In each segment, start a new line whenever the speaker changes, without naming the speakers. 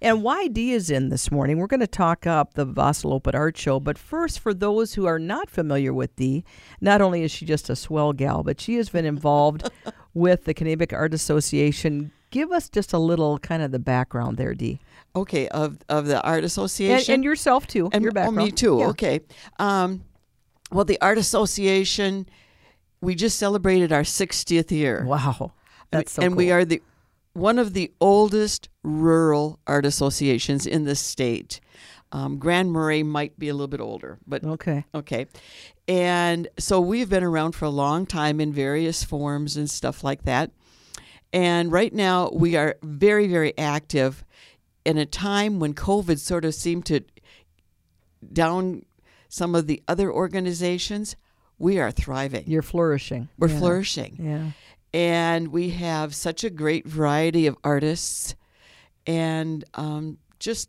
And YD is in this morning. We're going to talk up the Vasilopet Art Show. But first, for those who are not familiar with Dee, not only is she just a swell gal, but she has been involved with the Canadian Art Association. Give us just a little kind of the background there, Dee.
Okay, of of the art association
And, and yourself, too.
And-
your background.
Oh, me too.
Yeah.
Okay. Um, well, the art association, we just celebrated our 60th year.
Wow. That's so
and we
cool.
are the one of the oldest rural art associations in the state. Um, Grand Marais might be a little bit older, but
Okay.
Okay. And so we've been around for a long time in various forms and stuff like that. And right now we are very, very active in a time when COVID sort of seemed to down some of the other organizations. We are thriving.
You're flourishing.
We're
Yeah.
flourishing
Yeah.
and we have such a great variety of artists and um, just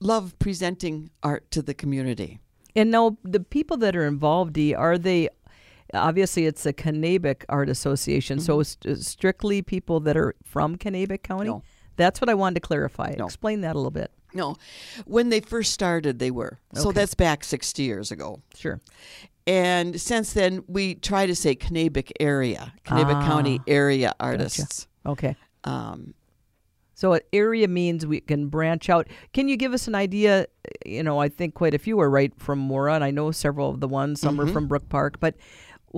love presenting art to the community.
And now the people that are involved, Dee, are they? Obviously, it's a Kennebec Art Association, so it's uh, strictly people that are from Kennebec County.
Mm-hmm. No.
That's what I wanted to clarify.
No.
Explain that a little bit.
No, when they first started, they were. So that's back 60 years ago.
Sure.
And since then, we try to say Kennebec area,
Ah,
Kennebec County area artists.
Okay.
Um,
So an area means we can branch out. Can you give us an idea? You know, I think quite a few are right from Mora, and I know several of the ones. Some
Mm-hmm.
are from Brook Park, but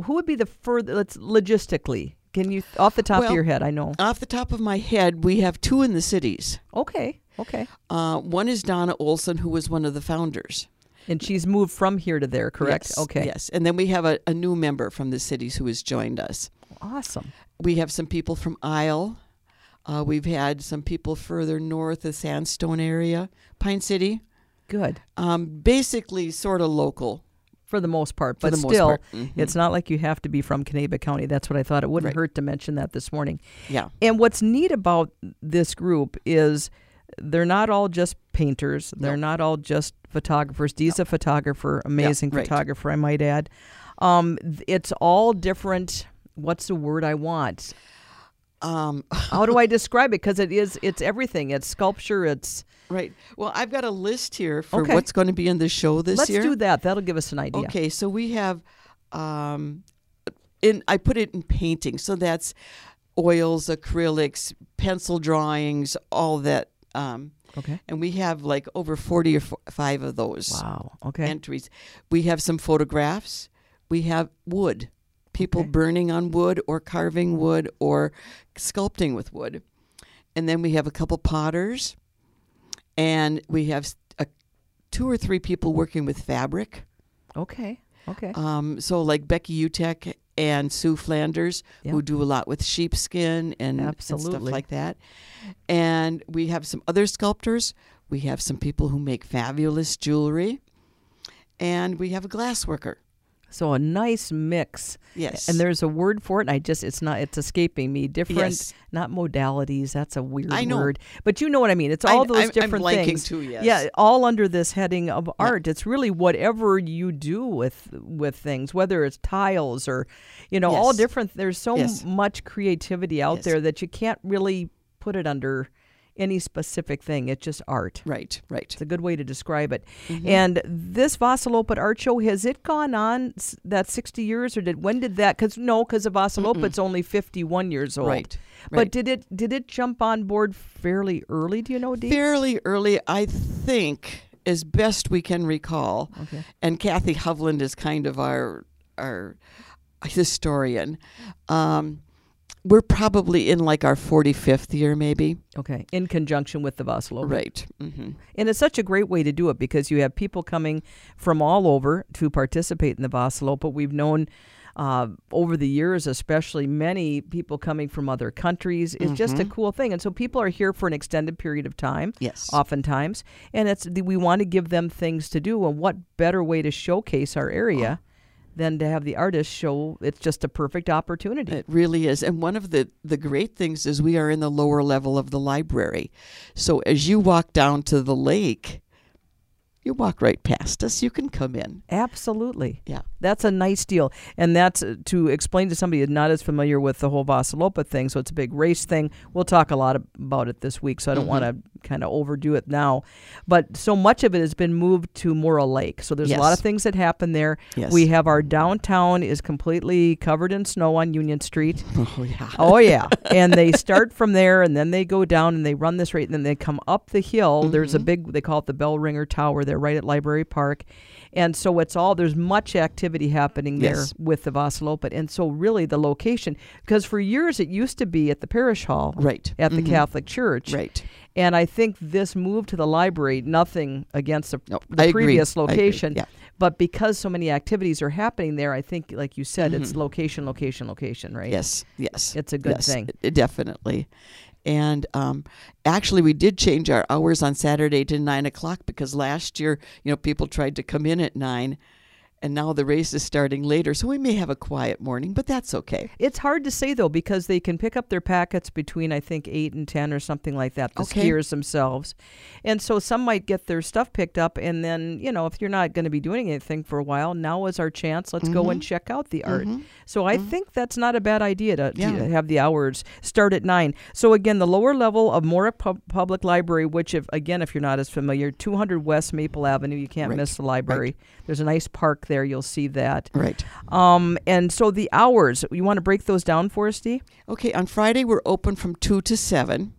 who would be the further? Let's logistically. Can you off the top
Well,
of your head? I know.
off the top of my head, we have two in the cities.
Okay. Okay.
Uh, one is Donna Olson, who was one of the founders.
And she's moved from here to there, correct?
Yes,
okay.
Yes. And then we have a, a new member from the cities who has joined us.
Awesome.
We have some people from Isle. Uh, we've had some people further north, the Sandstone area, Pine City.
Good.
Um, basically, sort of local.
For the most part, Mm-hmm.
For
but
the most
still,
part, mhm.
it's not like you have to be from Canaba County. That's what I thought. It wouldn't
Right.
hurt to mention that this morning.
Yeah.
And what's neat about this group is they're not all just painters. They're not all just photographers. Dee's a photographer, amazing
right.
photographer, I might add. Um, th- it's all different. What's the word I want?
Um,
How do I describe it? Because it is, it's everything. It's sculpture. It's
right. Well, I've got a list here for
Okay.
what's going to be in the show this
let's
year.
do that. That'll give us an idea.
Okay, so we have, um, in I put it in painting, so that's oils, acrylics, pencil drawings, all that. Um,
Okay.
and we have like over forty or fo- five of those
Wow. Okay.
entries. We have some photographs. We have wood, people burning on wood or carving wood or sculpting with wood, and then we have a couple potters, and we have s- a, two or three people working with fabric.
okay. Okay.
Um, so like Becky Utek and Sue Flanders,
Yeah.
who do a lot with sheepskin and, and stuff
Absolutely.
like that. And we have some other sculptors. We have some people who make fabulous jewelry, and we have a glass worker.
So a nice mix.
Yes.
And there's a word for it. And I just it's not it's escaping me. Different
Yes.
not modalities. That's a weird
I know.
word. But you know what I mean. It's
I-
all those
I'm- I'm
different
blanking
things.
too, yes.
Yeah, all under this heading of art. It's really whatever you do with with things, whether it's tiles or you know, all
Yes.
different there's so
Yes.
much creativity out
Yes.
there that you can't really put it under any specific thing. It's just art.
Right. Right.
It's a good way to describe it.
Mm-hmm.
And this Vasilopet art show has it gone on s- that 60 years or did when did that cuz no cuz the Vasilopet's only 51 years old.
Right,
But
right.
did it did it jump on board fairly early, do you know, Dee?
Fairly early, I think, as best we can recall. Okay. And Kathy Hovland is kind of our our historian. Um, we're probably in like our 45th year, maybe.
Okay, in conjunction with the Vasilopet.
Right. hmm
And it's such a great way to do it because you have people coming from all over to participate in the Vasilopet. We've known uh, over the years, especially many people coming from other countries. It's just
Mm-hmm.
a cool thing. And so people are here for an extended period of time.
Yes.
Oftentimes. And it's the- we want to give them things to do. And what better way to showcase our area than to have the artists show it's just a perfect opportunity.
It really is. And one of the, the great things is we are in the lower level of the library. So as you walk down to the lake, you walk right past us. You can come in.
Absolutely.
Yeah.
That's a nice deal. And that's uh, to explain to somebody who's not as familiar with the whole Vasalopa thing. So it's a big race thing. We'll talk a lot ab- about it this week. So I don't
Mm-hmm.
want to kind of overdo it now. But so much of it has been moved to Morro Lake. So there's a lot
Yes.
of things that happen there.
Yes.
We have our downtown is completely covered in snow on Union Street.
Oh yeah.
Oh yeah, and they start from there, and then they go down, and they run this rate, and then they come up the hill. There's a
Mm-hmm.
big, they call it the Bell Ringer Tower. They're right at Library Park, and so it's all there's much activity happening there
Yes.
with the Vasalopet, and so really the location, because for years it used to be at the parish hall,
Right.
at the Catholic Church,
Mm-hmm. Right.
and I think this move to the library, nothing against the,
No,
the
I agree.
previous
I agree.
location,
Yeah.
but because so many activities are happening there, I think, like you said, it's location, location, location, right?
Mm-hmm. Yes. Yes.
It's a good
Yes,
thing.
it- definitely. And um, actually, we did change our hours on Saturday to nine o'clock because last year, you know, people tried to come in at nine, and now the race is starting later, so we may have a quiet morning, but that's okay.
It's hard to say though because they can pick up their packets between I think eight and ten or something like that. The
Okay.
skiers themselves, and so some might get their stuff picked up, and then you know if you're not going to be doing anything for a while, now is our chance. Let's go
Mm-hmm.
and check out the art. So I think that's not a bad idea to, to
Yeah.
have the hours start at nine. So again, the lower level of Mora Pub- Public Library, which if again if you're not as familiar, 200 West Maple Avenue, you can't
Right.
miss the library. There's a nice park there. You'll see that.
Right.
Um, and so the hours, you want to break those down for us, Dee?
Okay, on Friday, we're open from two to seven,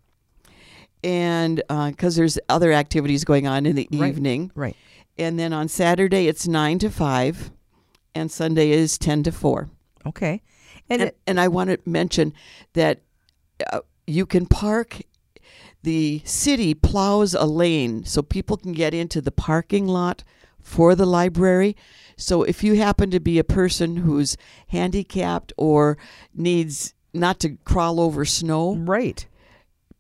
and because there's other activities going on in the
Right.
evening.
Right.
And then on Saturday, it's nine to five, and Sunday is 10 to four.
Okay. And,
and,
it,
and I want to mention that uh, you can park. The city plows a lane so people can get into the parking lot for the library. So if you happen to be a person who's handicapped or needs not to crawl over snow,
right.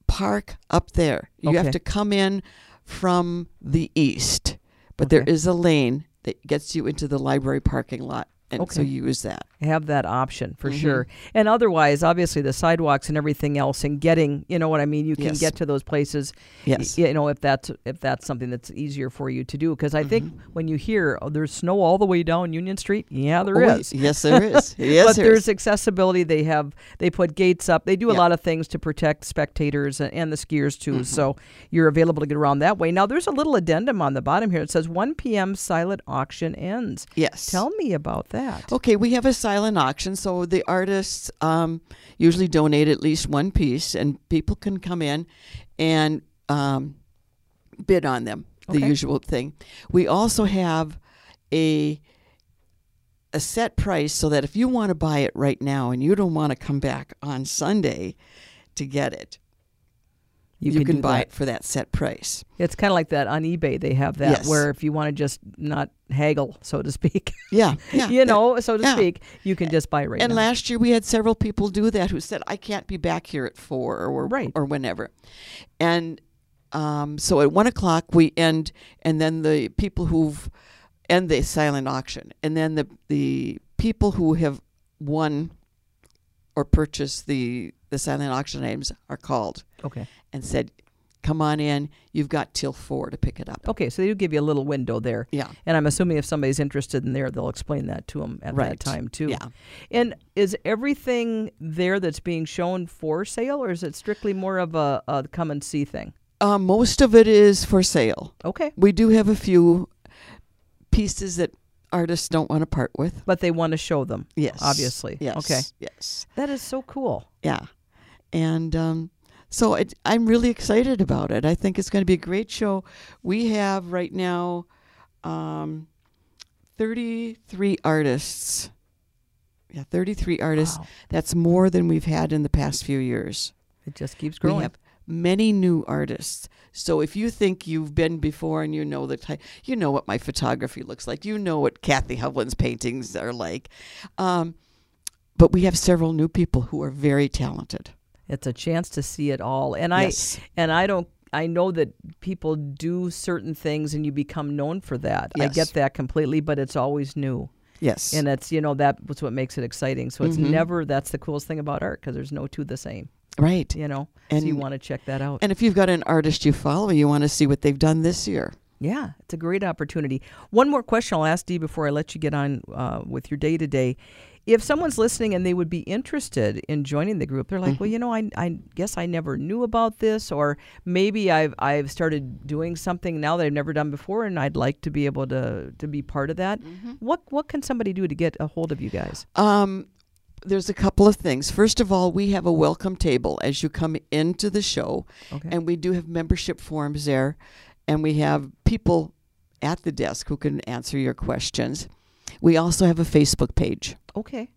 park up there. You have
Okay.
to come in from the east, but there
Okay.
is a lane that gets you into the library parking lot, and so
Okay.
use that.
Have that option
Mm-hmm.
for sure. And otherwise, obviously, the sidewalks and everything else and getting, you know what I mean? You can
Yes.
get to those places. y-
Yes.
You know, if that's if that's something that's easier for you to do. Because I think
Mm-hmm.
when you hear oh, there's snow all the way down Union Street, yeah, there is.
Oh, Yes, there is. Yes,
but
there is.
there's accessibility. They have they put gates up. They do a
Yeah. Mm-hmm.
lot of things to protect spectators and, and the skiers too. So you're available to get around that way. Now there's a little addendum on the bottom here. It says 1 p.m. silent auction ends.
Yes.
Tell me about that.
Okay, we have a silent auction, so the artists um, usually donate at least one piece, and people can come in and um, bid on them. The
Okay.
usual thing. We also have a a set price so that if you want to buy it right now and you don't want to come back on Sunday to get it, you, can,
do
buy
that.
it for that set price.
It's kind of like that on eBay. They have that
Yes.
where if you want to just not haggle, so to speak,
Yeah, yeah.
you know, so to
yeah.
speak, you can just buy right
And
now.
last year we had several people do that who said, "I can't be back here at four or
Right.
or whenever," and um, so at one o'clock we end, and then the people who've end the silent auction, and then the the people who have won or purchased the the silent auction items are called
okay.
and said, "Come on in, you've got till four to pick it up."
Okay, so they do give you a little window there.
Yeah.
And I'm assuming if somebody's interested in there, they'll explain that to them at that
Right.
time too.
Yeah.
And is everything there that's being shown for sale, or is it strictly more of a, a come and see thing?
Uh, most of it is for sale.
Okay.
We do have a few pieces that artists don't want to part with.
But they want to show them.
Yes.
Obviously.
Yes.
Okay.
Yes.
That is so cool.
Yeah. And um, so it, I'm really excited about it. I think it's going to be a great show. We have right now um, 33 artists. Yeah, 33 artists.
Wow.
That's more than we've had in the past few years.
It just keeps growing.
We have many new artists. So if you think you've been before and you know the type, you know what my photography looks like, you know what Kathy Hovland's paintings are like. Um, but we have several new people who are very talented.
It's a chance to see it all. And
Yes.
I and I don't I know that people do certain things and you become known for that. I
Yes.
get that completely, but it's always new.
Yes. Mm-hmm.
And it's, you know, that's what makes it exciting. So it's never, that's the coolest thing about art because there's no two the same,
right.
you know? so you
And-
want to check that out.
And if you've got an artist you follow, you want to see what they've done this year.
Yeah, it's a great opportunity. One more question I'll ask Dee before I let you get on uh, with your day to day. If someone's listening and they would be interested in joining the group, they're like, well, you know, I, I guess I never knew about this, or maybe I've, I've started doing something now that I've never done before, and I'd like to be able to, to be part of that. What, what can somebody do to get a hold of you guys?
Um, there's a couple of things. First of all, we have a welcome table as you come into the show,
Okay.
and we do have membership forms there, and we have people at the desk who can answer your questions. We also have a Facebook page.
Okay.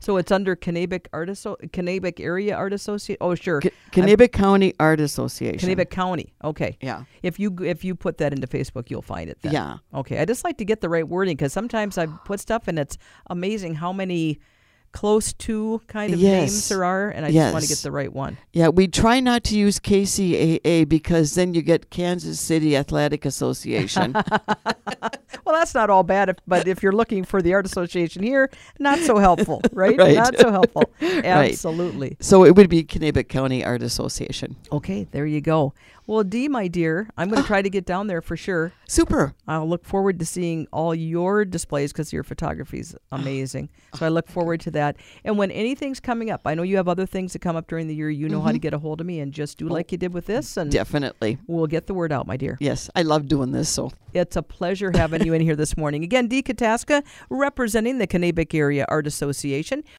So it's under Kennebec Art Asso- Kennebec Area Art Associate. Oh, sure.
K- Kennebec County Art Association.
Kennebec County. Okay.
Yeah.
If you if you put that into Facebook, you'll find it. Then.
Yeah.
Okay. I just like to get the right wording because sometimes I put stuff and it's amazing how many close to kind of names
Yes.
there are, and I just want to get
Yes.
the right one.
Yeah, we try not to use KCAA because then you get Kansas City Athletic Association.
Well, that's not all bad, if, but if you're looking for the art association here, not so helpful, right?
Right.
Not so helpful. Absolutely.
so it would be Kennebec County Art Association.
Okay, there you go. Well, Dee, my dear, I'm going to try to get down there for sure.
Super.
I'll look forward to seeing all your displays because your photography is amazing. So I look forward to that. And when anything's coming up, I know you have other things that come up during the year. You know how to get a hold of me and just do like you did with this, and
Definitely.
we'll get the word out, my dear.
Yes, I love doing this. So
It's a pleasure having you in here this morning. Again, Dee Kataska representing the Kennebec Area Art Association.